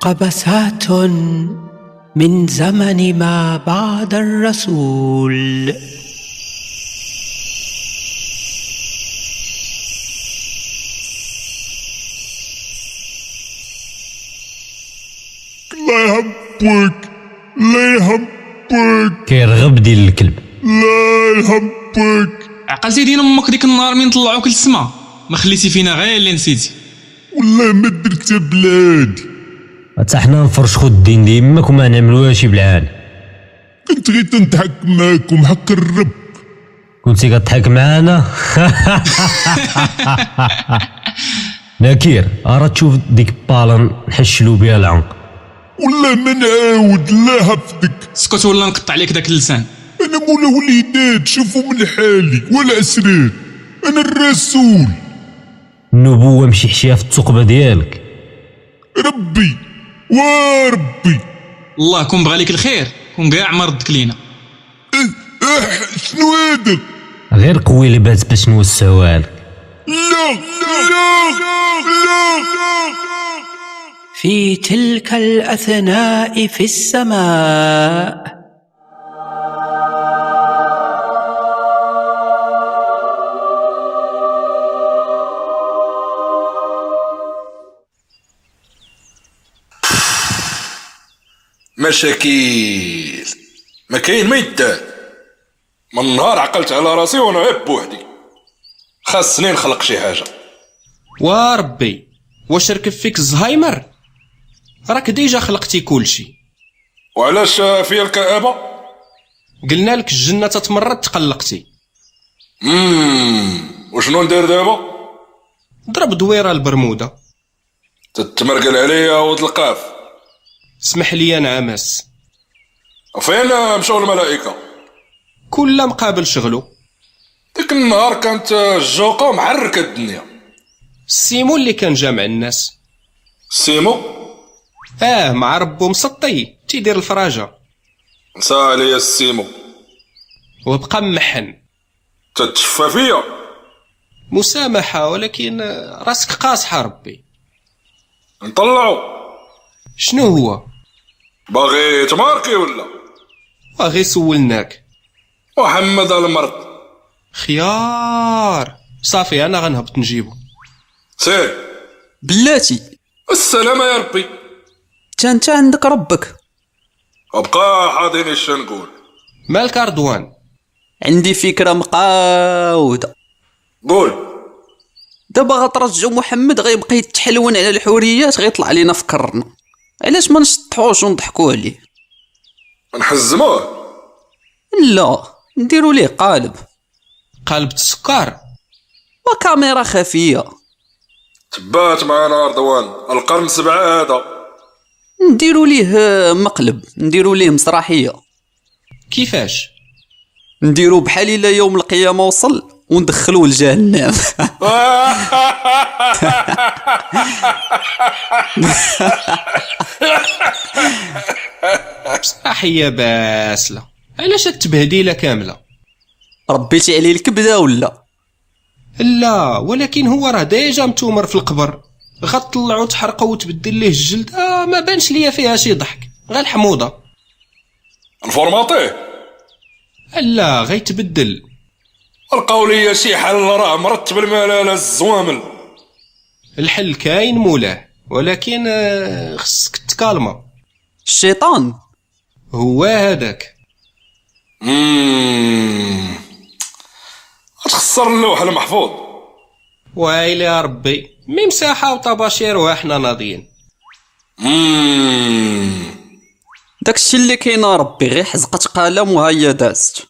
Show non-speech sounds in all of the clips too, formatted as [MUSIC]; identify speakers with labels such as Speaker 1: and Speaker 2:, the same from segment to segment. Speaker 1: قبسات من زمن ما بعد الرسول
Speaker 2: لا يهبك لا يهبك
Speaker 3: كيرغب ديال الكلب
Speaker 2: لا يهبك
Speaker 4: عقلتي دينا امك ديك النهار من طلعوك للسما ما خليتي فينا غير اللي نسيتي
Speaker 2: والله ما درت يا بلادي
Speaker 3: حتى حنا نفرشخو الدين ديمك وما نعملو شي بالعان
Speaker 2: كنت غير تنضحك معاكم حق
Speaker 4: [LAUGHS]
Speaker 2: الرب
Speaker 3: كنتي كضحك معانا نكير ارا تشوف ديك بالان نحشلو بها العنق
Speaker 2: والله ما نعاود لا هفدك
Speaker 4: اسكت ولا نقطع عليك داك اللسان
Speaker 2: انا مولى وليدات شوفوا من حالي ولا اسرار انا الرسول
Speaker 3: النبوه مشي حشيها في الثقبه ديالك
Speaker 2: ربي وربي
Speaker 4: الله كون بغى لك الخير كون كاع ما ردك لينا
Speaker 2: أه أه شنو هذا
Speaker 3: غير قوي لباس باش نوسعوها لك
Speaker 2: لا لا لا لا
Speaker 1: في تلك الاثناء في السماء
Speaker 5: مشاكيل ما كاين ما يدار من نهار عقلت على راسي وانا عيب بوحدي خاصني نخلق شي حاجه
Speaker 4: وربي واش ركب فيك الزهايمر راك ديجا خلقتي كلشي
Speaker 5: وعلاش فيا الكآبه
Speaker 4: قلنا لك الجنه تتمرد تقلقتي
Speaker 5: امم وشنو ندير دابا
Speaker 4: ضرب دويره البرموده
Speaker 5: تتمرقل عليا ود القاف
Speaker 4: اسمح لي نعمس
Speaker 5: فين مشاو الملائكه
Speaker 4: كل مقابل شغلو
Speaker 5: ديك النهار كانت الجوقه محركه الدنيا
Speaker 4: السيمون اللي كان جامع الناس
Speaker 5: سيمو
Speaker 4: اه مع ربو مسطي تيدير الفراجه
Speaker 5: نسى عليا السيمو
Speaker 4: وبقى محن
Speaker 5: تتشفى فيا
Speaker 4: مسامحه ولكن آه، راسك قاصحه ربي
Speaker 5: نطلعو
Speaker 4: شنو هو
Speaker 5: باغي تماركي ولا
Speaker 4: غير سولناك
Speaker 5: محمد المرض
Speaker 4: خيار صافي انا غنهبط نجيبو
Speaker 5: سير
Speaker 6: بلاتي
Speaker 5: السلامة يا ربي
Speaker 6: تا انت عندك ربك
Speaker 5: ابقى حاضرين اش نقول
Speaker 4: مالك اردوان
Speaker 6: عندي فكره مقاوده
Speaker 5: قول
Speaker 6: دابا غترجعو محمد غيبقى يتحلون على الحوريات غيطلع لينا في كرنا علاش ما نشطحوش ونضحكو عليه
Speaker 5: نحزموه
Speaker 6: لا نديرو ليه قالب
Speaker 4: قالب السكر
Speaker 6: وكاميرا خفيه
Speaker 5: تبات معانا رضوان القرن سبعة [LAUGHS] هذا
Speaker 6: نديرو ليه آه، مقلب نديرو ليه مسرحيه
Speaker 4: كيفاش
Speaker 6: نديرو بحال الا يوم القيامه وصل وندخلوه لجهنم
Speaker 5: [LAUGHS]
Speaker 4: بصراحيه باسله علاش هاد التبهديله كامله
Speaker 6: ربيتي عليه الكبده ولا
Speaker 4: لا ولكن هو راه ديجا متومر في القبر غتطلعو تحرقو وتبدل ليه الجلد آه ما بانش ليا فيها شي ضحك غير الحموضه
Speaker 5: نفورماطيه
Speaker 4: لا غيتبدل
Speaker 5: لقاو ليا شي حل راه مرتب الملالة الزوامل
Speaker 4: الحل كاين مولاه ولكن آه، خصك تكالما
Speaker 6: الشيطان
Speaker 4: هو هذاك
Speaker 5: مم. تخسر اللوح المحفوظ
Speaker 4: ويلي يا ربي مي مساحه وطباشير وحنا ناضيين
Speaker 5: مم.
Speaker 6: داكشي اللي كاين ربي غير حزقت قلم وهيا
Speaker 5: [LAUGHS]
Speaker 6: دازت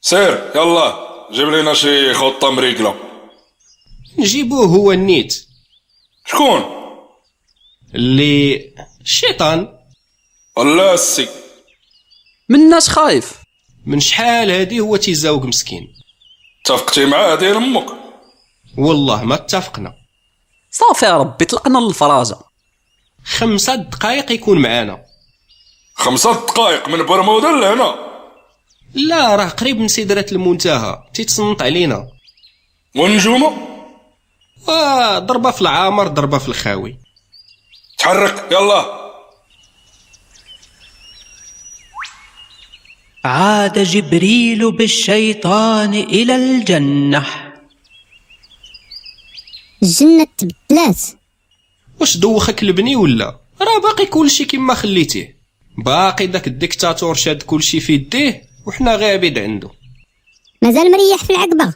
Speaker 5: سير يلا جيب لينا شي خطة مريقلة
Speaker 4: نجيبوه هو النيت
Speaker 5: شكون
Speaker 4: اللي الشيطان
Speaker 5: ولا السي
Speaker 6: مناش خايف
Speaker 4: من شحال هادي هو تيزاوق مسكين
Speaker 5: اتفقتي معاه ديال امك
Speaker 4: والله ما اتفقنا
Speaker 6: صافي يا ربي طلقنا للفراجه
Speaker 4: خمسة دقايق يكون معانا
Speaker 5: خمسة دقايق من برمودا لهنا
Speaker 4: لا راه قريب من سدرة المنتهى تيتصنت علينا
Speaker 5: ونجومه
Speaker 4: وضربة في العامر ضربة في الخاوي
Speaker 5: تحرك يلا
Speaker 1: عاد جبريل بالشيطان إلى الجنة
Speaker 7: الجنة تبدلات
Speaker 4: واش دوخك البني ولا راه باقي كلشي كما خليتيه باقي داك الديكتاتور شاد كلشي في يديه وحنا غير عبيد عنده
Speaker 7: مازال مريح في العقبة
Speaker 4: ما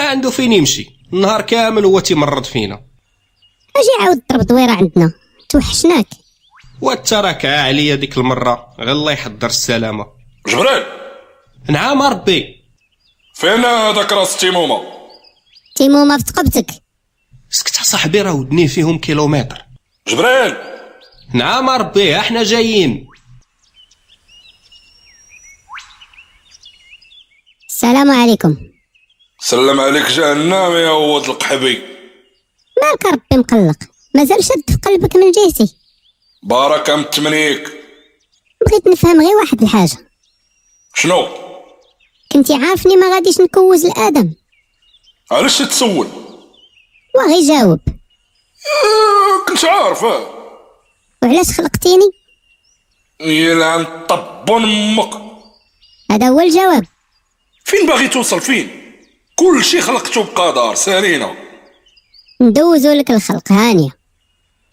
Speaker 4: آه، عنده فين يمشي النهار كامل هو تيمرض فينا
Speaker 7: اجي عاود ضرب دويرة عندنا توحشناك
Speaker 4: واترك عليا ديك المرة غير الله يحضر السلامة
Speaker 5: جبريل
Speaker 4: نعم ربي
Speaker 5: فين هذاك راس تيمومه
Speaker 7: تيمومة في تقبتك
Speaker 4: سكت صاحبي راه ودني فيهم كيلومتر
Speaker 5: جبريل
Speaker 4: نعم ربي احنا جايين
Speaker 7: السلام عليكم
Speaker 5: سلم عليك جهنم يا ود القحبي
Speaker 7: مالك ربي مقلق مازال شد في قلبك من جهتي
Speaker 5: بارك ام تمنيك
Speaker 7: بغيت نفهم غير واحد الحاجة
Speaker 5: شنو
Speaker 7: كنتي عارفني ما غاديش نكوز الآدم
Speaker 5: علاش تسول
Speaker 7: وغي جاوب
Speaker 5: آه، كنت عارف آه.
Speaker 7: وعلاش خلقتيني
Speaker 5: يلعن طب امك
Speaker 7: هذا هو الجواب
Speaker 5: فين باغي توصل فين كل شي خلقته بقدر سالينا
Speaker 7: ندوزو لك الخلق هانية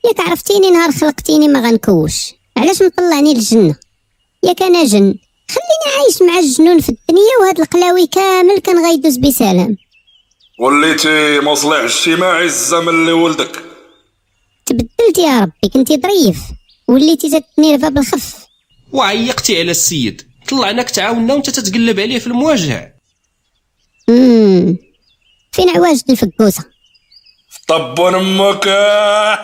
Speaker 7: ياك عرفتيني نهار خلقتيني ما غنكوش علاش مطلعني للجنة ياك أنا جن خليني عايش مع الجنون في الدنيا وهاد القلاوي كامل كان غيدوز بسلام
Speaker 5: وليتي مصلح اجتماعي الزمن لولدك
Speaker 7: تبدلت يا ربي كنتي ظريف وليتي تتني الباب الخف
Speaker 4: وعيقتي على السيد طلعناك تعاوننا وانت تتقلب عليه في المواجهة
Speaker 7: مم. فين عواجد الفكوسة
Speaker 5: طب امك آه.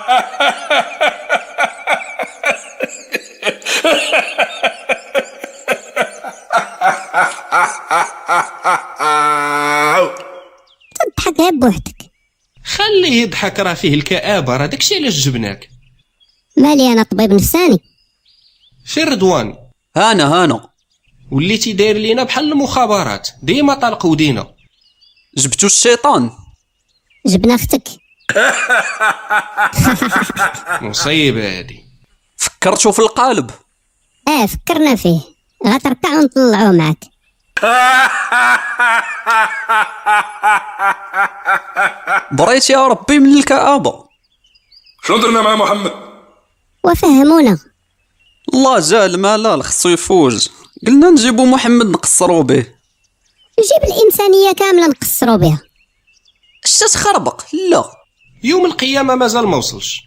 Speaker 7: تضحك غير بوحدك
Speaker 4: خليه يضحك راه فيه الكآبة راه داكشي علاش جبناك
Speaker 7: مالي أنا طبيب نفساني
Speaker 4: في رضوان
Speaker 6: هانا هانا
Speaker 4: وليتي داير لينا بحال المخابرات ديما طلق ودينا
Speaker 6: جبتو الشيطان
Speaker 7: جبنا أختك
Speaker 4: [LAUGHS] مصيبة هادي
Speaker 6: فكرتو في القالب
Speaker 7: اه فكرنا فيه غتركع ونطلعوه معاك
Speaker 6: بريت يا ربي من الكآبة
Speaker 5: شنو درنا مع محمد
Speaker 7: وفهمونا
Speaker 6: الله زال مالال خصو يفوز قلنا نجيبو محمد نقصرو به
Speaker 7: جيب الإنسانية كاملة نقصرو بها
Speaker 6: شتا تخربق لا
Speaker 4: يوم القيامة مازال ما وصلش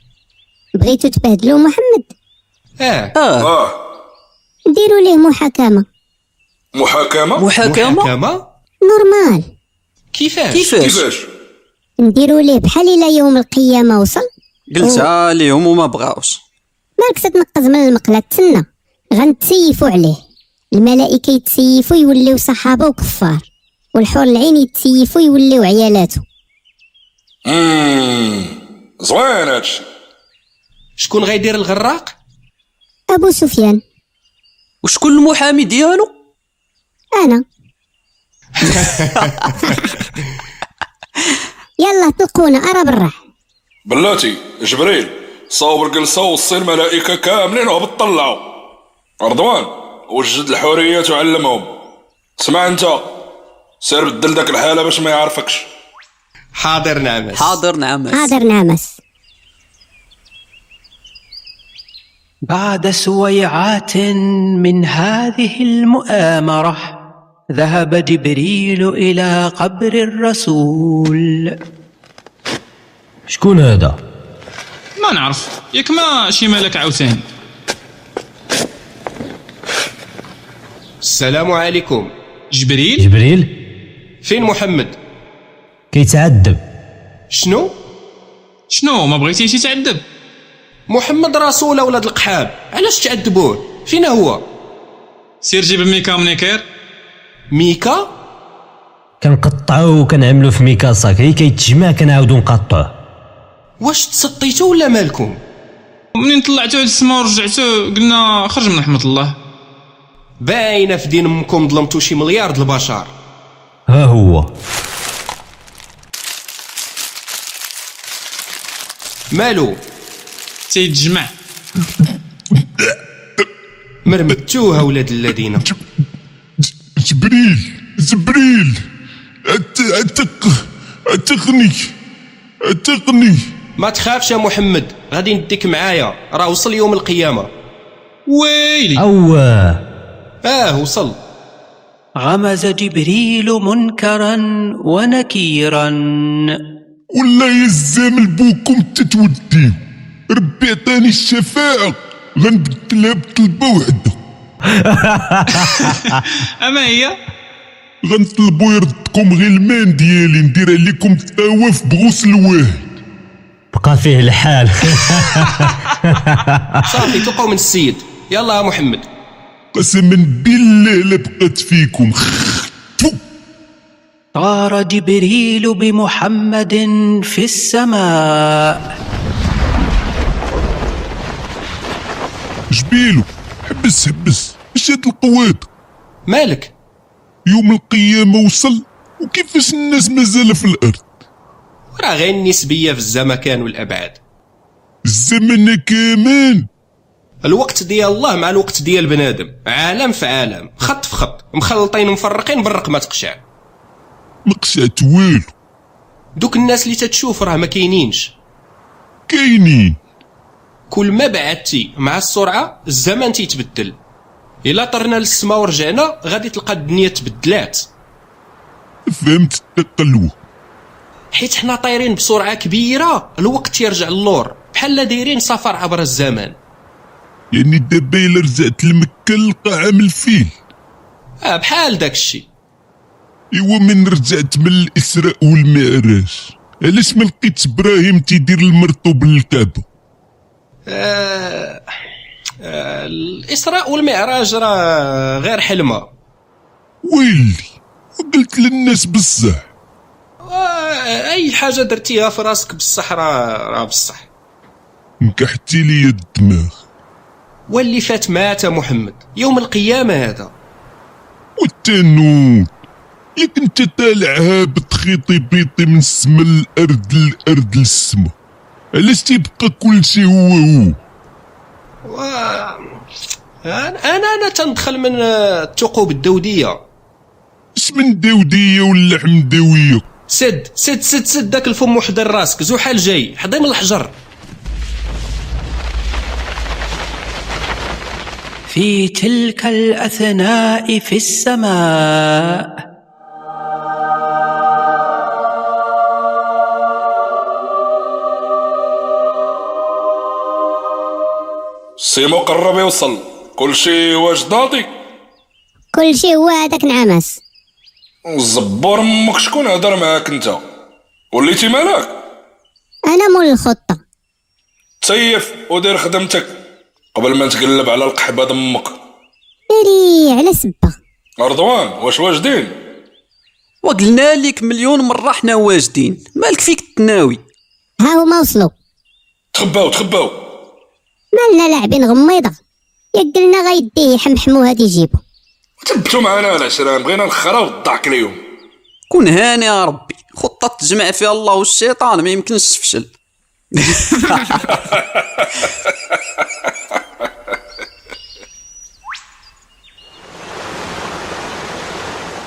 Speaker 7: بغيتو تبهدلو محمد
Speaker 4: اه
Speaker 6: اه
Speaker 5: اه
Speaker 7: ديروا ليه محاكمة
Speaker 5: محاكمه
Speaker 6: محاكمة
Speaker 4: محاكمة
Speaker 7: نورمال
Speaker 4: كيفاش
Speaker 6: كيفاش
Speaker 5: كيفاش
Speaker 7: نديروا ليه بحال إلى يوم القيامة وصل
Speaker 6: قلتها ليهم وما بغاوش
Speaker 7: مالك تتنقز من المقلة تسنى غنتسيفوا عليه الملائكة يتسيفوا يوليو صحابة وكفار والحور العين يتسيفوا يوليو عيالاته
Speaker 5: مم، زوين هادشي
Speaker 4: شكون غيدير الغراق
Speaker 7: أبو سفيان
Speaker 6: وشكون المحامي ديالو [LAUGHS]
Speaker 7: أنا يلا طلقونا أرى برا
Speaker 5: بلاتي جبريل صاوب الجلسة وصي الملائكة كاملين وبتطلعوا رضوان وجد الحورية وعلمهم سمع انت سير بدل داك الحالة باش ما يعرفكش
Speaker 4: حاضر نعمس
Speaker 6: حاضر نعم
Speaker 7: حاضر نعمس
Speaker 1: بعد سويعات من هذه المؤامرة ذهب جبريل إلى قبر الرسول
Speaker 3: شكون هذا
Speaker 8: ما نعرف ياك ما شي مالك عاوتاني
Speaker 4: السلام عليكم
Speaker 8: جبريل
Speaker 3: جبريل
Speaker 4: فين محمد
Speaker 3: كيتعذب
Speaker 4: شنو
Speaker 8: شنو ما بغيتيش يتعذب
Speaker 4: محمد رسول ولاد القحاب علاش تعذبوه فين هو
Speaker 8: سير جيب الميكا منيكير
Speaker 4: ميكا
Speaker 3: كنقطعو وكنعملو في ميكاسا كي كيتجمع كنعاودو نقطعوه
Speaker 4: واش تسطيتو ولا مالكم
Speaker 8: منين طلعتو على السما ورجعتو قلنا خرج من رحمة الله
Speaker 4: باينه في دين امكم ظلمتو شي مليار د البشر
Speaker 3: ها هو
Speaker 4: مالو
Speaker 8: حتى يتجمع
Speaker 4: مرمتوها ولاد الذين
Speaker 2: جبريل جبريل أت... أتق أتقني أتقني
Speaker 4: ما تخافش يا محمد غادي نديك معايا راه وصل يوم القيامه
Speaker 8: ويلي
Speaker 3: او
Speaker 4: اه وصل
Speaker 1: غمز جبريل منكرا ونكيرا
Speaker 2: ولا يزامل بوكم تتودي ربي عطاني الشفاعة غنبدلها بطلبة
Speaker 4: [LAUGHS]
Speaker 2: وحدة
Speaker 8: اما هي
Speaker 2: غنطلبو يردكم غير المان ديالي ندير عليكم الطواف بغسل واحد
Speaker 3: بقى فيه الحال
Speaker 4: صافي تلقاو من السيد [LAUGHS] يلا يا محمد
Speaker 2: قسما بالله لبقات فيكم خفو.
Speaker 1: طار جبريل بمحمد في السماء
Speaker 2: جبيلو حبس حبس اش هاد القوات
Speaker 4: مالك
Speaker 2: يوم القيامة وصل وكيفاش الناس مازال في الأرض
Speaker 4: راه غير النسبيه في الزمكان والابعاد
Speaker 2: الزمن كمان
Speaker 4: الوقت ديال الله مع الوقت ديال بنادم عالم في عالم خط في خط مخلطين ومفرقين بالرقمه تقشع
Speaker 2: مقشعت والو
Speaker 4: دوك الناس اللي تتشوف راه ما كاينينش
Speaker 2: كاينين
Speaker 4: كل ما بعدتي مع السرعه الزمن تيتبدل الا طرنا للسما ورجعنا غادي تلقى الدنيا تبدلات
Speaker 2: فهمت التقلوه
Speaker 4: حيت حنا طايرين بسرعه كبيره الوقت تيرجع للور بحال دايرين سفر عبر الزمن
Speaker 2: يعني دابا الا رجعت لمكة نلقى عام الفيل
Speaker 4: اه بحال داك الشيء
Speaker 2: ايوا من رجعت من الاسراء والمعراج علاش ما لقيتش ابراهيم تيدير المرطوب للكعبه
Speaker 4: آه آه الاسراء والمعراج راه غير حلمه
Speaker 2: ويلي وقلت للناس بصح
Speaker 4: آه اي حاجه درتيها في راسك بصح راه راه بصح
Speaker 2: نكحتي لي الدماغ
Speaker 4: واللي فات مات محمد يوم القيامه هذا
Speaker 2: والتنون ياك انت طالع هابط خيطي بيطي من السما للارض للارض للسما علاش تيبقى كلشي هو هو
Speaker 4: و... انا انا أنا تندخل من آه، الثقوب الدوديه
Speaker 2: اش من داوديه ولا حمداويه
Speaker 4: سد سد سد سد داك الفم وحدر راسك زحل جاي حضن الحجر
Speaker 1: في تلك الاثناء في السماء
Speaker 5: سيمو قرب يوصل كل شيء واجد ناضي
Speaker 7: كل شيء هو هذاك نعمس
Speaker 5: الزبور امك شكون هضر معاك انت وليتي مالك
Speaker 7: انا مول الخطه
Speaker 5: تسيف ودير خدمتك قبل ما تقلب على القحبه دمك
Speaker 7: ناري على سبه
Speaker 5: رضوان واش واجدين
Speaker 6: وقلنا لك مليون مره حنا واجدين مالك فيك تناوي
Speaker 7: ها هما وصلوا
Speaker 5: تخباو تخباو
Speaker 7: مالنا لاعبين غميضه ياك قلنا غيديه يحمحمو هادي يجيبو
Speaker 5: تبتو معنا العشران بغينا نخراو الضحك اليوم
Speaker 6: كون هاني يا ربي خطه تجمع فيها الله والشيطان ما يمكنش تفشل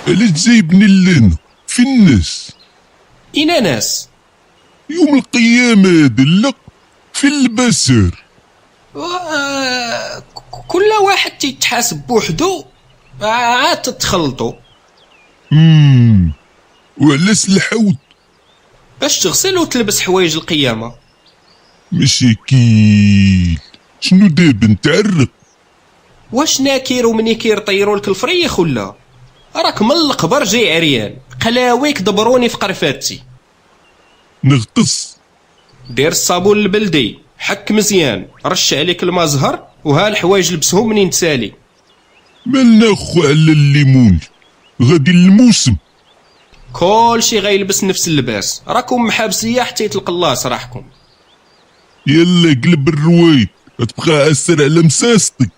Speaker 2: علاش جايبني لهنا فين الناس
Speaker 4: اين ناس
Speaker 2: يوم القيامه هذا لا في البشر
Speaker 4: آه، ك- كل واحد تيتحاسب بوحدو آه، عاد تتخلطوا
Speaker 2: امم وعلاش الحوت
Speaker 4: باش تغسل وتلبس حوايج القيامه
Speaker 2: مشاكيل شنو دابا نتعرق
Speaker 4: واش ناكير ومنيكير طيروا لك الفريخ ولا راك من القبر جاي عريان قلاويك دبروني في قرفاتي
Speaker 2: نغطس
Speaker 4: دير الصابون البلدي حك مزيان رش عليك المازهر وها الحوايج لبسهم منين تسالي
Speaker 2: مالنا خو على الليمون غادي للموسم
Speaker 4: كل شي غيلبس نفس اللباس راكم محابسية حتى يطلق الله صراحكم [LAUGHS]
Speaker 2: يلا قلب الروايد غتبقى عسر على مساستي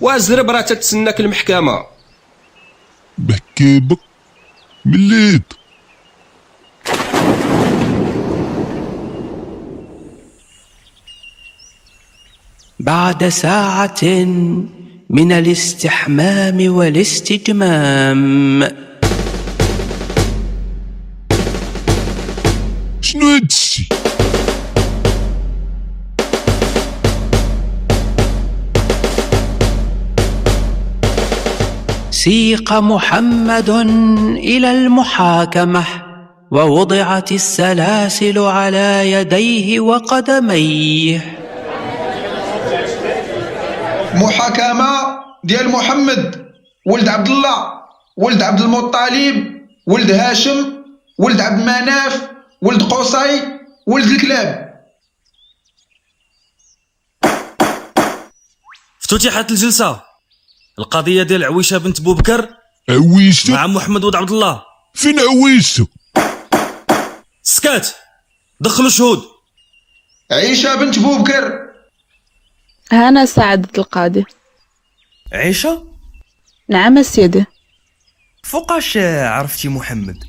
Speaker 4: وازرب راه تتسناك المحكمة
Speaker 2: بحكيبة مليت
Speaker 1: بعد ساعة من الاستحمام والاستجمام
Speaker 2: شنو هادشي
Speaker 1: سيق محمد إلى المحاكمة ووضعت السلاسل على يديه وقدميه
Speaker 9: محاكمه ديال محمد ولد عبد الله ولد عبد المطلب ولد هاشم ولد عبد مناف ولد قصي ولد الكلاب
Speaker 10: افتتحت الجلسه القضيه ديال عويشه بنت بوبكر
Speaker 2: عويشتو
Speaker 10: مع محمد ولد عبد الله
Speaker 2: فين عويشتو
Speaker 10: سكات دخلوا شهود
Speaker 9: عيشه بنت بوبكر
Speaker 11: هنا سعادة القاضي
Speaker 12: عيشة
Speaker 11: نعم سيدي
Speaker 12: فوقاش آه، عرفتي محمد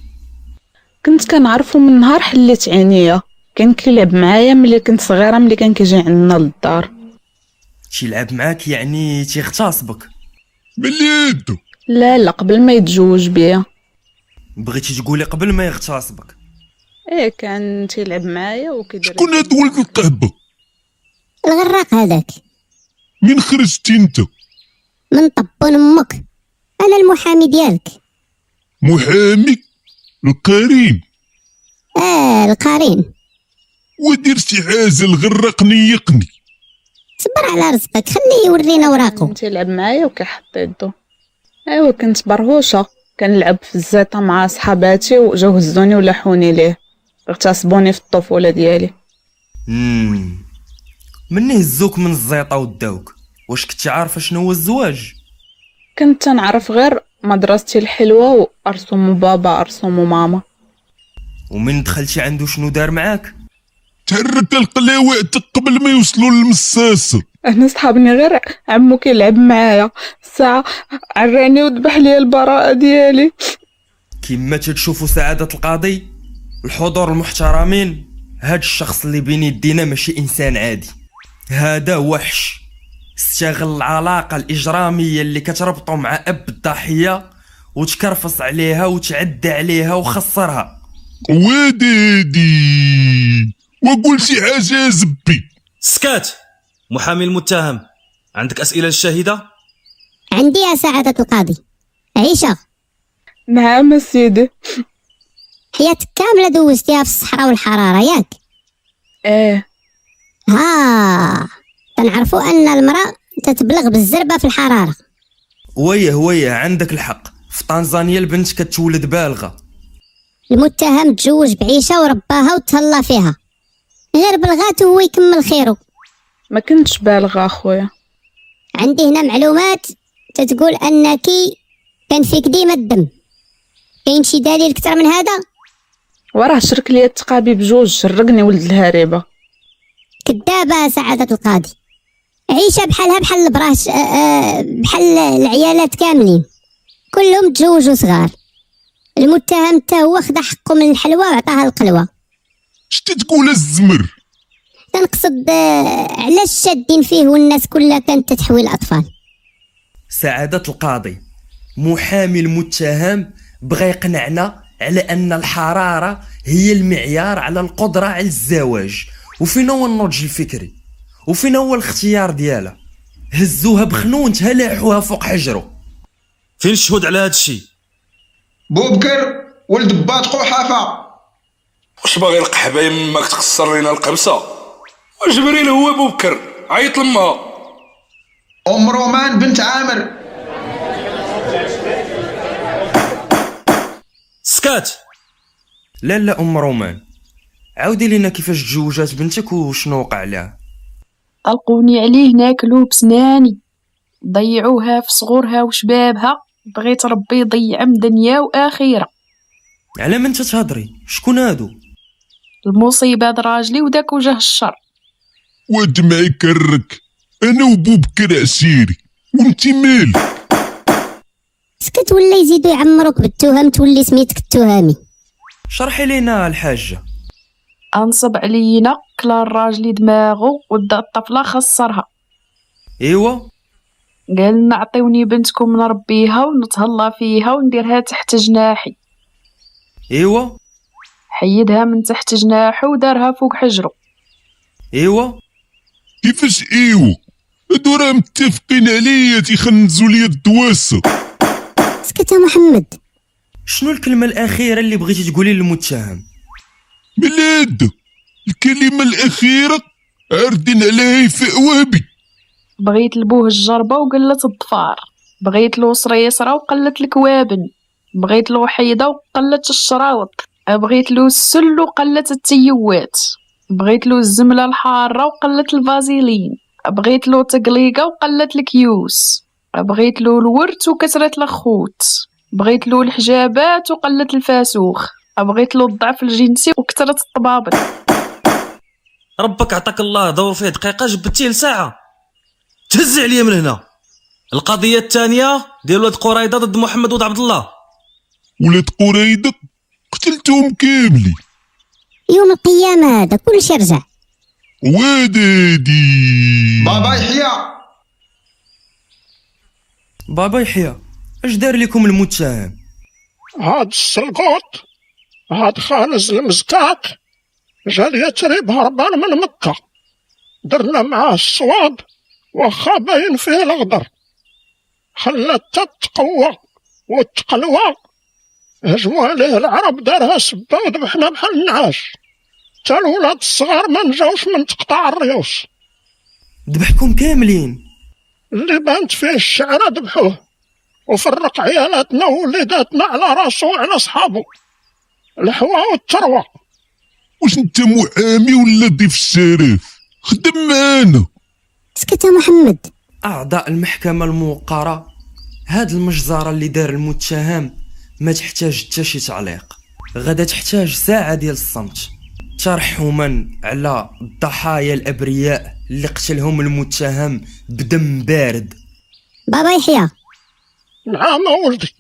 Speaker 11: كنت كنعرفو من نهار حليت عينيا كان كيلعب معايا ملي كنت صغيرة ملي كان كيجي عندنا للدار
Speaker 12: تيلعب معاك يعني تيغتصبك
Speaker 2: ملي يدو
Speaker 11: لا لا قبل ما يتزوج بيا
Speaker 12: بغيتي تقولي قبل ما يغتصبك
Speaker 11: ايه كان تيلعب معايا وكيدير
Speaker 2: شكون هاد ولد القهبة
Speaker 7: الغراق هذاك
Speaker 2: من خرجتي انت
Speaker 7: من طبون امك انا المحامي ديالك
Speaker 2: محامي القرين
Speaker 7: اه القارين
Speaker 2: ودير شي حاجة الغرقني يقني
Speaker 7: صبر على رزقك خليه يورينا وراقو
Speaker 11: تيلعب معايا وكيحط يدو ايوا كنت برهوشة كنلعب في الزيطة مع صحاباتي وجاو هزوني ولاحوني ليه اغتصبوني في الطفولة ديالي
Speaker 12: مم. مني هزوك من الزيطة وداوك واش كنتي عارفة شنو هو الزواج
Speaker 11: كنت تنعرف غير مدرستي الحلوة وأرسم بابا أرسم ماما
Speaker 12: ومن دخلتي عنده شنو دار معاك
Speaker 2: تهرت القلاوة قبل ما يوصلوا للمصاصة
Speaker 11: أنا صحابني غير عمو كيلعب معايا ساعة عراني وذبح لي البراءة ديالي
Speaker 12: كما تتشوفوا سعادة القاضي الحضور المحترمين هاد الشخص اللي بين يدينا ماشي إنسان عادي هذا وحش استغل العلاقة الإجرامية اللي كتربطو مع أب الضحية وتكرفص عليها وتعدى عليها وخسرها
Speaker 2: ودادي وقول شي حاجة يا زبي
Speaker 10: سكات محامي المتهم عندك اسئله للشاهده
Speaker 7: عندي يا سعادة القاضي عيشة
Speaker 11: نعم سيدي
Speaker 7: حياتك كاملة دوزتيها في الصحراء والحرارة ياك
Speaker 11: إيه
Speaker 7: ها آه. تنعرفوا أن المرأة تتبلغ بالزربة في الحرارة
Speaker 12: ويه ويه عندك الحق في طنزانيا البنت كتولد بالغة
Speaker 7: المتهم تزوج بعيشة ورباها وتهلا فيها غير بلغاته هو يكمل خيره
Speaker 11: ما كنتش بالغة أخويا
Speaker 7: عندي هنا معلومات تتقول أنك كان فيك ديما الدم كاين شي دليل أكثر من هذا
Speaker 11: وراه شرك ليا التقابي بجوج شرقني ولد الهريبة
Speaker 7: كدابة يا سعادة القاضي عيشة بحالها بحال البراش آه، آه، بحال العيالات كاملين كلهم تزوجوا صغار المتهم حتى هو خدا حقه من الحلوى وعطاها القلوة
Speaker 2: شتي تقول الزمر
Speaker 7: كنقصد آه، علاش شادين فيه والناس كلها كانت تتحوي الأطفال
Speaker 12: سعادة القاضي محامي المتهم بغى يقنعنا على أن الحرارة هي المعيار على القدرة على الزواج وفين هو النضج الفكري وفين هو الاختيار ديالها هزوها بخنون تلاحوها فوق حجره
Speaker 10: فين الشهود على هذا الشيء
Speaker 9: بوبكر ولد باط قحافه
Speaker 5: واش باغي القحبه يماك تخسر لينا القبصه جبريل هو بوبكر عيط لما
Speaker 9: ام رومان بنت عامر
Speaker 10: سكات
Speaker 12: لا لا أم رومان عاودي لينا كيفاش تزوجات بنتك وشنو وقع لها
Speaker 13: ألقوني عليه ناكلو بسناني ضيعوها في صغورها وشبابها بغيت ربي يضيع من دنيا وآخرة
Speaker 12: على من تتهضري شكون هادو
Speaker 13: المصيبة دراجلي وداك وجه الشر
Speaker 2: واد معي كرك انا وبوبكر عسيري وانت مال
Speaker 7: سكت ولا يزيدوا يعمروك بالتهم تولي سميتك التهامي
Speaker 12: شرحي لينا الحاجه
Speaker 13: أنصب علينا كلا الراجلي دماغو ودا الطفلة خسرها
Speaker 10: ايوا
Speaker 13: قال لنا عطيوني بنتكم نربيها ونتهلا فيها ونديرها تحت جناحي
Speaker 10: ايوا
Speaker 13: حيدها من تحت جناحه ودارها فوق حجره
Speaker 10: ايوا
Speaker 2: كيفاش ايوا هادو راه متفقين عليا تيخنزوا ليا الدواسه
Speaker 7: سكت يا محمد
Speaker 12: شنو الكلمه الاخيره اللي بغيتي تقولي للمتهم
Speaker 2: بلاد الكلمه الاخيره عارضين عليها يفاء وهبي
Speaker 13: بغيت لبوه الجربة وقلت الضفار بغيت له صريصرة وقلت الكوابن بغيت له حيدة وقلت الشراوط بغيت له السل وقلت التيوات بغيت له الزملة الحارة وقلت الفازيلين بغيت له تقليقة وقلت الكيوس بغيت له الورد وكثرة الخوت بغيت له الحجابات وقلت الفاسوخ بغيت له الضعف الجنسي وكثرة الطبابل
Speaker 10: ربك عطاك الله دور فيه دقيقه جبتيه لساعه تهز عليا من هنا القضيه الثانيه ديال ولاد قريضه ضد محمد ولد عبد الله
Speaker 2: ولاد قريضه قتلتهم كاملين
Speaker 7: يوم القيامة هذا كلشي رجع
Speaker 2: ودادي
Speaker 9: بابا يحيى
Speaker 12: بابا يحيى اش دار لكم المتهم
Speaker 14: هاد السلقوط هاد خالز المزكاك جا اليتريب هربان من مكة درنا معاه الصواب وخا باين فيه الغدر خلته التقوى والتقلوى هجموا عليه العرب دارها سبة وذبحنا بحال النعاش تا الولاد الصغار ما نجاوش من تقطع الريوس
Speaker 12: ذبحكم كاملين
Speaker 14: اللي بانت فيه الشعرة ذبحوه وفرق عيالاتنا ووليداتنا على راسو وعلى صحابو الحوا والثروة
Speaker 2: واش انت محامي ولا ضيف الشريف خدم معانا
Speaker 7: سكت يا محمد
Speaker 12: اعضاء المحكمه الموقره هاد المجزره اللي دار المتهم ما تحتاج حتى شي تعليق غدا تحتاج ساعه ديال الصمت ترحما على الضحايا الابرياء اللي قتلهم المتهم بدم بارد
Speaker 7: بابا يحيى
Speaker 14: نعم ولدي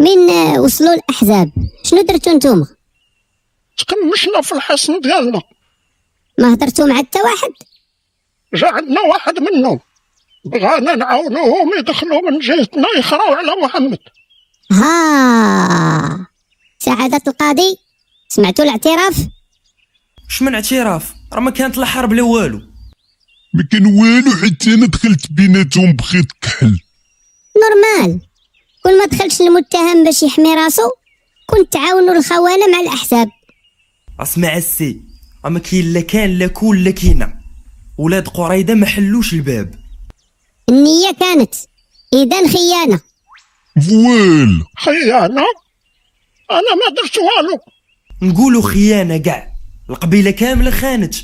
Speaker 7: من آه، وصلوا الأحزاب شنو درتو نتوما
Speaker 14: تكمشنا في الحصن ديالنا
Speaker 7: ما هضرتو مع حتى واحد
Speaker 14: جا عندنا واحد منهم بغانا نعاونوهم يدخلوا من جهتنا يخراو على محمد
Speaker 7: ها سعادة القاضي سمعتوا الاعتراف
Speaker 12: شمن اعتراف راه ما كانت لا حرب لا والو
Speaker 2: ما كان والو حتى انا دخلت بيناتهم بخيط كحل
Speaker 7: نورمال كل ما دخلش المتهم باش يحمي راسو كنت تعاونوا الخوانة مع الأحزاب
Speaker 12: اسمع السي اما كاين لا كان لا كون لا كينا ولاد قريده ما حلوش الباب
Speaker 7: النية كانت إذا خيانة
Speaker 2: فوال
Speaker 14: خيانة أنا ما درت والو
Speaker 12: نقولوا خيانه كاع القبيله كامله خانت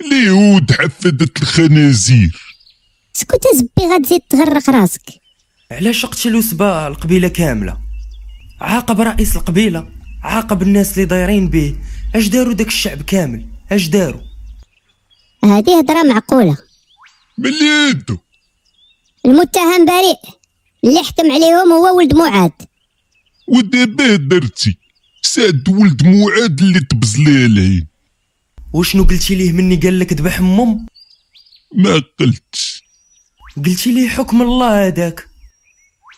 Speaker 2: اليهود حفدت الخنازير
Speaker 7: سكت يا زبي غتزيد تغرق راسك
Speaker 12: علاش قتلوا سبا القبيله كامله عاقب رئيس القبيله عاقب الناس اللي دايرين به اش داروا داك الشعب كامل اش داروا
Speaker 7: هذه هضرة معقولة
Speaker 2: ملي يدو
Speaker 7: المتهم بريء اللي حكم عليهم هو ولد معاد
Speaker 2: ودابا درتي سعد ولد معاد اللي طبز ليه العين
Speaker 12: وشنو قلتي ليه مني قال لك ذبح امم
Speaker 2: ما قلتش
Speaker 12: قلتي ليه حكم الله هذاك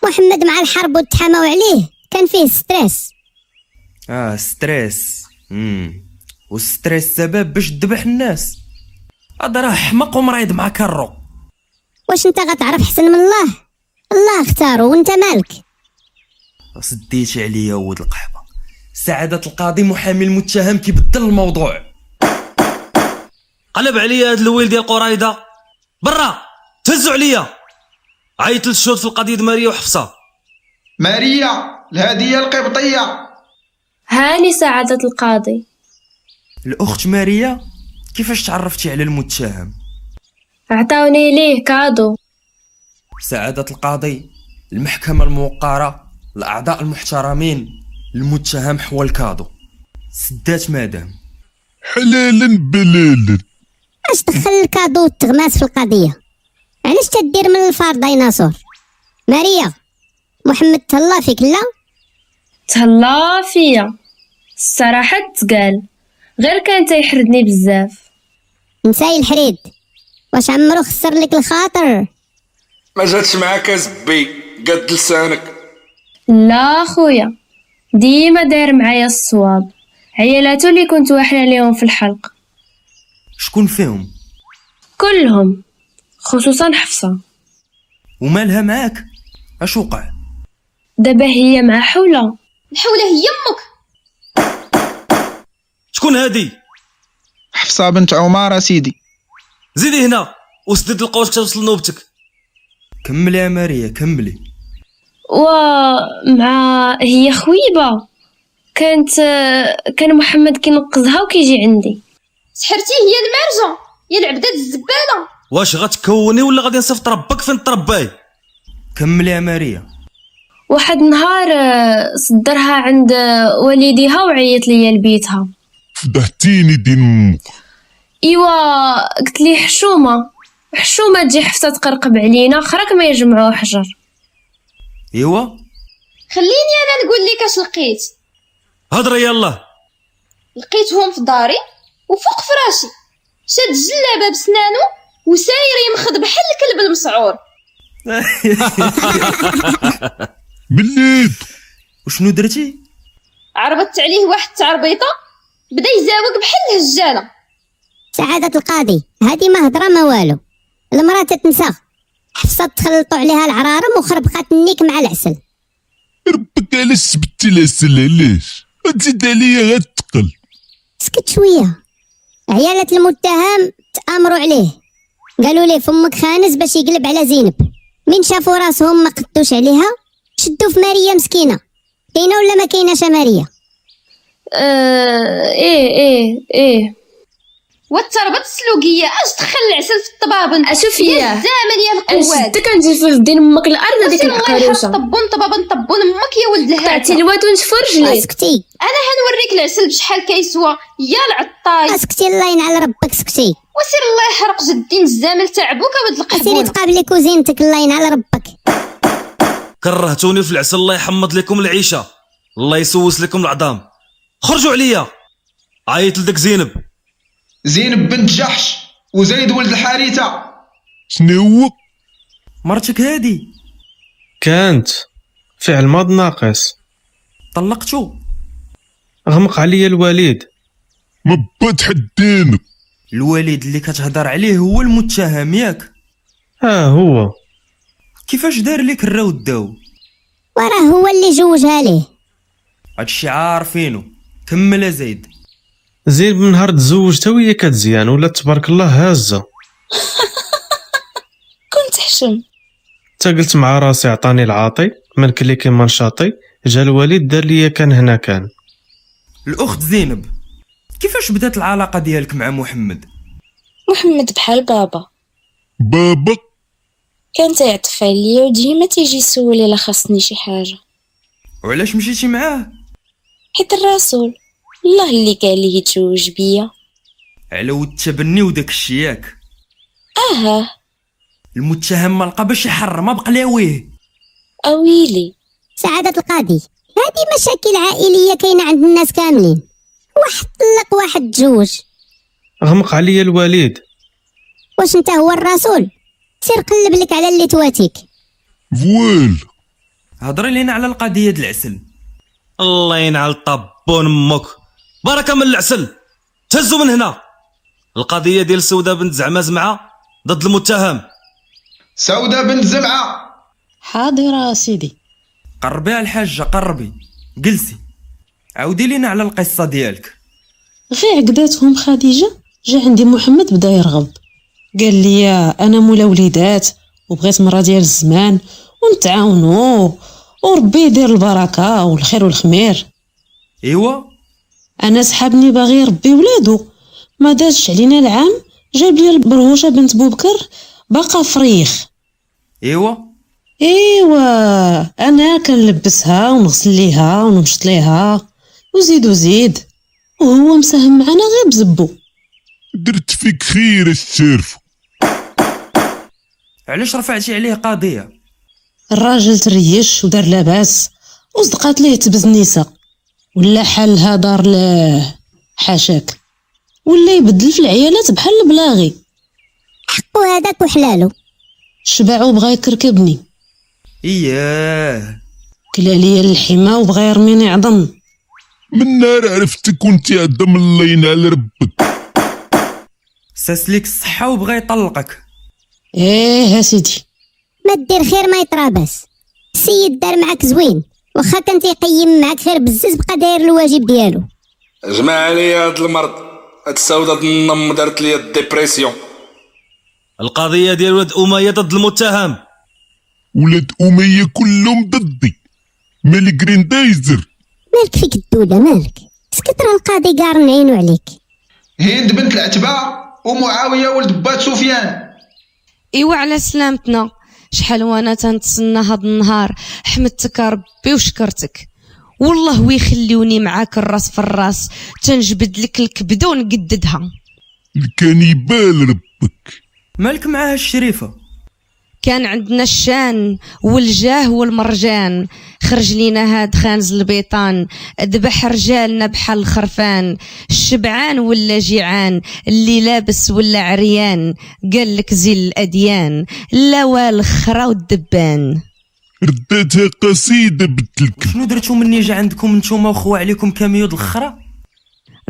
Speaker 7: محمد مع الحرب وتحاموا عليه كان فيه ستريس
Speaker 12: اه ستريس امم والستريس سبب باش تذبح الناس هاد راه حمق ومريض مع كرو
Speaker 7: واش انت غتعرف حسن من الله الله اختاره وانت مالك
Speaker 12: سديتي عليا ود القحبه سعاده القاضي محامي المتهم كيبدل الموضوع
Speaker 10: قلب عليا هاد الويل ديال قريضه برا تهزوا عليا عيط للشهود في القضيه د ماريا وحفصه
Speaker 9: ماريا الهديه القبطيه
Speaker 15: هاني سعادة القاضي
Speaker 12: الاخت ماريا كيفاش تعرفتي على المتهم
Speaker 15: عطاوني ليه كادو
Speaker 12: سعادة القاضي المحكمة الموقرة الأعضاء المحترمين المتهم حول الكادو سدات مادام
Speaker 2: حلالا بلالا
Speaker 7: اش دخل الكادو والتغماس في القضية علاش تدير من الفار ديناصور ماريا محمد تهلا فيك لا
Speaker 15: تهلا فيا الصراحة تقال غير كان تيحردني بزاف
Speaker 7: نساي الحريد واش عمرو خسر لك الخاطر
Speaker 5: ما جاتش معاك زبي قد لسانك
Speaker 15: لا خويا ديما داير معايا الصواب عيالاتو اللي كنت واحنا ليهم في الحلق
Speaker 12: شكون فيهم
Speaker 15: كلهم خصوصا حفصة
Speaker 12: ومالها معاك اش وقع
Speaker 15: دابا هي مع حولة
Speaker 16: الحولة هي امك
Speaker 10: شكون هادي
Speaker 9: حفصة بنت عمارة سيدي
Speaker 10: زيدي هنا وسدد القوس حتى توصل نوبتك
Speaker 12: كملي يا ماريا كملي
Speaker 15: ومع هي خويبة كانت كان محمد كينقذها وكيجي عندي
Speaker 16: سحرتي هي المارجة هي العبدة الزبالة
Speaker 10: واش غتكوني ولا غادي نصيفط ربك فين ترباي
Speaker 12: كملي يا ماريا
Speaker 15: واحد النهار آه، صدرها عند آه، والديها وعيط ليا لبيتها
Speaker 2: فضحتيني دين امك
Speaker 15: ايوا قلت لي حشومه حشومه تجي حفصه تقرقب علينا خرك ما يجمعوه حجر
Speaker 12: ايوا
Speaker 16: خليني انا نقول لك اش لقيت
Speaker 10: هضر يلا
Speaker 16: لقيتهم في داري وفوق فراشي شاد الجلابه بسنانو وساير يمخض بحال الكلب المسعور
Speaker 2: [LAUGHS] بليد
Speaker 12: وشنو درتي
Speaker 16: عربت عليه واحد التعربيطه بدا يزاوق بحال الهجاله
Speaker 7: سعادة القاضي هذه ما هضره ما والو المرأة تتنسى حفصة تخلطوا عليها العرارم وخربقات النيك مع العسل
Speaker 2: ربك علاش سبتي العسل علاش غتزيد عليا غتقل
Speaker 7: سكت شوية عيالة المتهم تآمروا عليه قالوا ليه فمك خانز باش يقلب على زينب من شافوا راسهم ما قدوش عليها شدوا في ماريا مسكينة كاينة ولا ما كايناش يا ماريا
Speaker 15: آه ايه ايه ايه
Speaker 16: والتربط السلوكيه اش دخل العسل في الطبابن
Speaker 15: أشوف
Speaker 16: يا
Speaker 15: إياه.
Speaker 16: الزمن يا القوات
Speaker 15: شدك كنجي فيه في دين امك الارض هذيك
Speaker 16: وسير الله يحفظ
Speaker 15: القروشه
Speaker 16: طبون طبابن طبون امك يا ولد الهاتف
Speaker 15: قطعتي الواد ونشفر رجلي
Speaker 7: اسكتي
Speaker 16: انا هنوريك العسل بشحال كيسوى يا العطاي
Speaker 7: اسكتي الله ينعل ربك سكتي
Speaker 16: وسير الله يحرق جدين الزامل تعبوك ولد
Speaker 7: سيري
Speaker 16: القحبون
Speaker 7: تقابلي كوزينتك الله ينعل ربك
Speaker 10: كرهتوني في العسل الله يحمض لكم العيشه الله يسوس لكم العظام خرجوا عليا عيط لدك زينب
Speaker 9: زينب بنت جحش وزيد ولد الحارثة
Speaker 2: شنو هو
Speaker 12: مرتك هادي
Speaker 17: كانت فعل ماض ناقص
Speaker 12: طلقتو
Speaker 17: غمق عليا الوالد
Speaker 2: ما بات حدينك
Speaker 12: الوالد اللي كتهضر عليه هو المتهم ياك
Speaker 17: ها هو
Speaker 12: كيفاش دار لك الراو الداو
Speaker 7: وراه هو اللي جوجها ليه
Speaker 12: هادشي عارفينو كمل يا زيد
Speaker 17: زين من نهار تزوجت وهي كتزيان ولا تبارك الله هازه
Speaker 15: كنت حشم
Speaker 17: حتى قلت مع راسي عطاني العاطي من كليكي منشاطي جا الوالد دار ليا كان هنا كان
Speaker 12: الاخت زينب كيفاش بدات العلاقه ديالك مع محمد
Speaker 18: محمد بحال بابا
Speaker 2: بابا
Speaker 18: كان تيعطف عليا وديما تيجي يسول الا خاصني شي حاجه
Speaker 12: وعلاش مشيتي معاه
Speaker 18: حيت الرسول الله اللي قال لي يتزوج بيا
Speaker 12: على ود التبني وداك الشي ياك
Speaker 18: اه
Speaker 12: المتهم ما لقى باش يحر ما بقى لاويه
Speaker 18: اويلي
Speaker 7: سعادة القاضي هذه مشاكل عائلية كاينة عند الناس كاملين واحد طلق واحد تزوج
Speaker 17: غمق عليا الوالد
Speaker 7: واش انت هو الرسول سير قلب لك على اللي تواتيك
Speaker 2: فوال
Speaker 12: هضري لينا على القضيه د العسل
Speaker 10: الله ينعل طبون امك بركه من العسل تهزوا من هنا القضيه ديال سودة بنت زعما زمعه ضد المتهم
Speaker 9: سودة بنت زمعة
Speaker 19: حاضرة سيدي
Speaker 12: قربي على الحاجه قربي جلسي عاودي لينا على القصه ديالك
Speaker 19: غير عقداتهم خديجة جا عندي محمد بدا يرغب قال لي أنا مولا وليدات وبغيت مرة ديال الزمان ونتعاونو وربي يدير البركة والخير والخمير
Speaker 12: ايوا
Speaker 19: أنا سحابني باغي يربي ولادو ما دازش علينا العام جاب لي البرهوشة بنت بوبكر باقا فريخ
Speaker 12: ايوا
Speaker 19: ايوا انا كنلبسها ونغسل ليها ونمشط ليها وزيد وزيد وهو مساهم معنا غير بزبو
Speaker 2: درت فيك خير الشرف
Speaker 12: علاش رفعتي عليه قضيه
Speaker 19: الراجل تريش ودار لاباس وصدقات ليه تبزنيسة ولا حالها دار له حاشاك ولا يبدل في العيالات بحال البلاغي
Speaker 7: حقو هذاك وحلالو
Speaker 19: شبع وبغى يكركبني
Speaker 12: اياه
Speaker 19: كلا ليا الحما وبغى يرميني عظم
Speaker 2: من نهار عرفتك وانت عدم الله ينعل ربك
Speaker 12: ساس ليك الصحة وبغى يطلقك
Speaker 19: ايه سيدي
Speaker 7: ما دير خير ما يترابس السيد دار معك زوين واخا كان تيقيم معك غير بزز بقى داير الواجب ديالو
Speaker 5: جمع عليا هاد المرض هاد السودة د النم دارت لي الديبرسيون
Speaker 10: القضيه ديال ولد اميه ضد المتهم
Speaker 2: ولاد أمية كلهم ضدي مالي جريندايزر
Speaker 7: مالك فيك الدوله مالك سكت راه القاضي كاع نعينو عليك
Speaker 9: هند بنت العتبة ومعاوية ولد بات سفيان
Speaker 20: ايوا على سلامتنا شحال وانا تنتسنى هاد النهار حمدتك ربي وشكرتك والله ويخليوني معاك الراس في الراس تنجبد لك الكبده ونقددها
Speaker 2: الكانيبال رب
Speaker 12: مالك معاها الشريفة
Speaker 20: كان عندنا الشان والجاه والمرجان خرج لينا هاد خانز البيطان ذبح رجالنا بحال الخرفان الشبعان ولا جيعان اللي لابس ولا عريان قال لك زل الاديان لا والخرا والدبان
Speaker 2: رداتها قصيدة بدلك
Speaker 12: شنو درتو مني جا عندكم نتوما وخوا عليكم كاميو د الخرا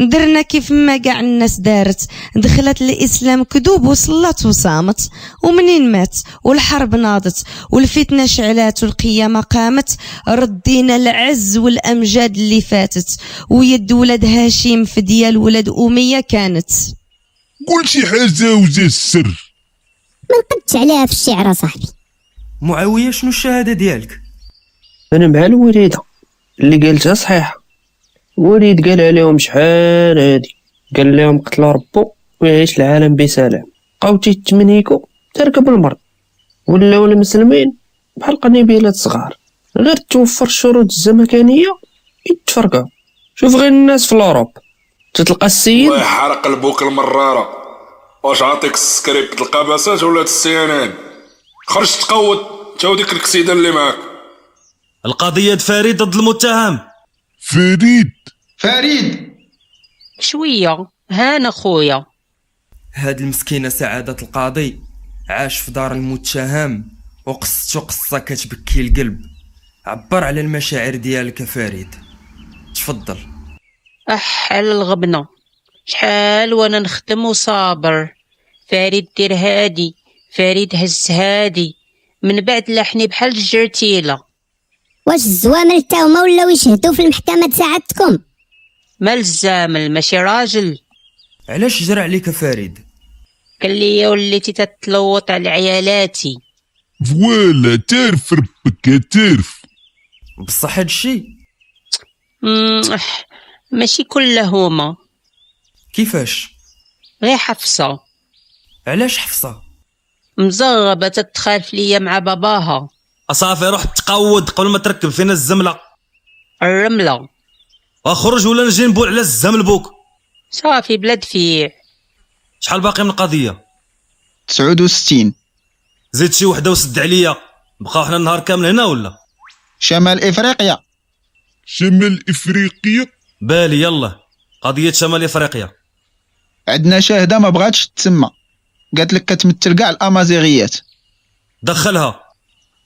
Speaker 20: درنا كيف ما كاع الناس دارت دخلت الاسلام كذوب وصلت وصامت ومنين مات والحرب ناضت والفتنه شعلات والقيامه قامت ردينا العز والامجاد اللي فاتت ويد ولد هاشم في ديال ولد اميه كانت
Speaker 2: قول شي حاجة وجا السر
Speaker 7: ما نقدش عليها في الشعر صاحبي
Speaker 12: معاوية شنو الشهادة ديالك
Speaker 21: انا مع الوريده اللي قالتها صحيحه وليد قال عليهم شحال هادي قال لهم قتل ربو ويعيش العالم بسلام قاوتي تمنيكو تركب المرض ولاو المسلمين بحال قنيبيلات صغار غير توفر الشروط الزمكانيه يتفرقوا شوف غير الناس في الاوروب تتلقى السيد
Speaker 5: ويحرق البوك المرارة واش عاطيك السكريبت القباسات ولا السي ان ان خرج تقود تاو ديك الكسيدة اللي معاك [LAUGHS]
Speaker 10: القضيه د فريد ضد المتهم
Speaker 2: فريد
Speaker 9: فريد
Speaker 22: شويه هانا خويا
Speaker 12: هاد المسكينة سعادة القاضي عاش في دار المتهم وقصتو قصة كتبكي القلب عبر على المشاعر ديالك يا فريد تفضل
Speaker 22: اح على الغبنه شحال وانا نخدم وصابر فريد دير هادي فريد هز هادي من بعد لحني بحال الجرتيله
Speaker 7: واش الزوامل تا هما ولاو يشهدوا في المحكمه د سعادتكم
Speaker 22: مال الزامل ماشي راجل
Speaker 12: علاش جرى عليك يا فريد
Speaker 22: قال لي وليتي تتلوط على عيالاتي
Speaker 2: فوالا تعرف ربك تعرف
Speaker 12: بصح هادشي
Speaker 22: مم، أح، ماشي كلهما
Speaker 12: كيفاش
Speaker 22: غير حفصه
Speaker 12: علاش حفصة
Speaker 22: مزغبه تتخالف ليا مع باباها
Speaker 10: صافي روح تقود قبل ما تركب فينا الزمله
Speaker 22: الرمله
Speaker 10: اخرج ولا نجي نبول على الزمل بوك
Speaker 22: صافي بلا دفيع
Speaker 10: شحال باقي من القضيه
Speaker 23: 69
Speaker 10: زيد شي وحده وسد عليا بقاو حنا النهار كامل هنا ولا
Speaker 23: شمال افريقيا
Speaker 2: شمال افريقيا
Speaker 10: بالي يلا قضيه شمال افريقيا
Speaker 23: عندنا شاهده ما بغاتش تسمى قالت لك كتمثل كاع الامازيغيات
Speaker 10: دخلها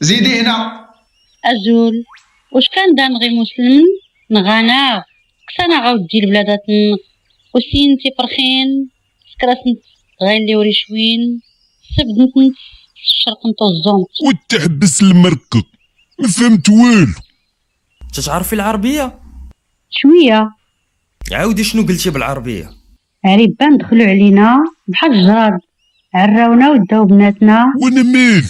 Speaker 9: زيدي هنا
Speaker 24: أزول واش كان دان غي مسلم نغانا كسانا غاود ديال بلاداتنا وسين تيبرخين سكرات غير اللي وري شوين سبد نتنت الشرق نتو الزون
Speaker 2: وتحبس المركب ما فهمت والو
Speaker 12: تتعرفي العربية
Speaker 24: شوية
Speaker 12: عاودي شنو قلتي بالعربية
Speaker 24: عريبان دخلوا علينا بحال الجراد عراونا وداو بناتنا
Speaker 2: وانا مالي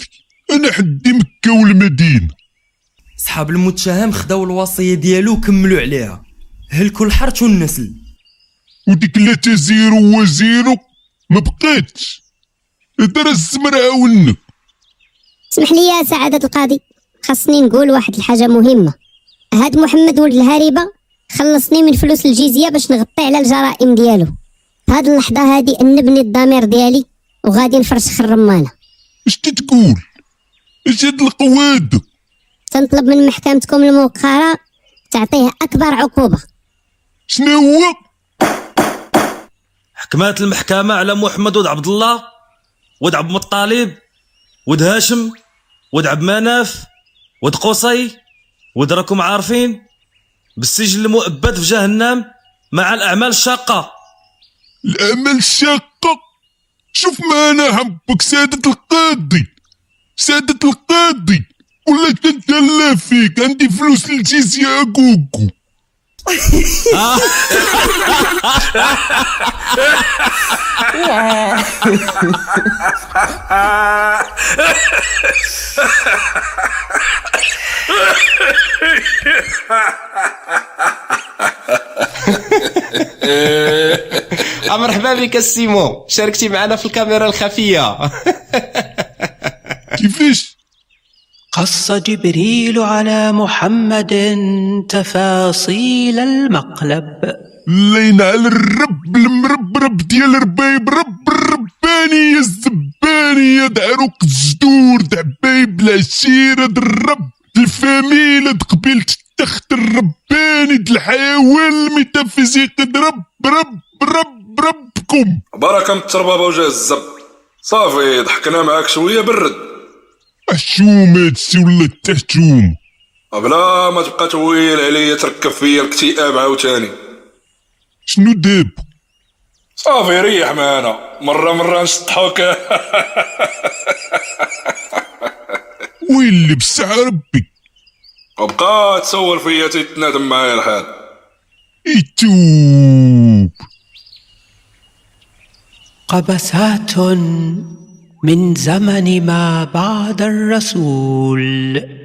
Speaker 2: انا حدي مكة والمدينة
Speaker 12: صحاب المتهم خداو الوصية ديالو وكملوا عليها هلكوا الحرث والنسل
Speaker 2: وديك لا تزيرو وزيرو ما بقاتش دار الزمر عاونا
Speaker 7: اسمح لي يا سعادة القاضي خاصني نقول واحد الحاجة مهمة هاد محمد ولد الهاربة خلصني من فلوس الجيزية باش نغطي على الجرائم ديالو هاد اللحظة هادي أنبني الضمير ديالي وغادي نفرشخ الرمانة
Speaker 2: اش تتقول اش هاد القواد
Speaker 7: تنطلب من محكمتكم الموقرة تعطيه أكبر عقوبة
Speaker 2: شنو هو
Speaker 10: حكمات المحكمه على محمد ود عبد الله ود عبد المطلب ود هاشم ود عبد مناف ود قصي ود راكم عارفين بالسجن المؤبد في جهنم مع الاعمال الشاقه
Speaker 2: الأمل شاقة شوف ما أنا حبك سادة القاضي سادة القاضي ولا تتهلا فيك عندي فلوس الجيزية أكوكو
Speaker 4: أه،
Speaker 3: مرحبا بك السيمو شاركتي معنا في الكاميرا الخفيه
Speaker 1: كيفاش قص جبريل على محمد تفاصيل المقلب
Speaker 2: اللين على الرب المربرب ديال ربايب رب الربانية الزبانية دعروق الجدور دعبايب العشيرة د الرب د الفاميلة د قبيلة التخت الرباني د الحيوان الميتافيزيقي د رب رب رب ربكم
Speaker 5: بركه من التربابه وجاه الزب صافي ضحكنا معاك شويه برد
Speaker 2: الشوم هادشي ولا التحتوم
Speaker 5: بلا ما تبقى تويل عليا تركب فيا الاكتئاب عاوتاني
Speaker 2: شنو داب
Speaker 5: صافي ريح معانا مره مره نشطحوك [LAUGHS]
Speaker 2: ويلي بصح ربي
Speaker 5: وبقى تسول فيا تيتنادم معايا الحال
Speaker 2: إيه. إتوب
Speaker 1: قبسات من زمن ما بعد الرسول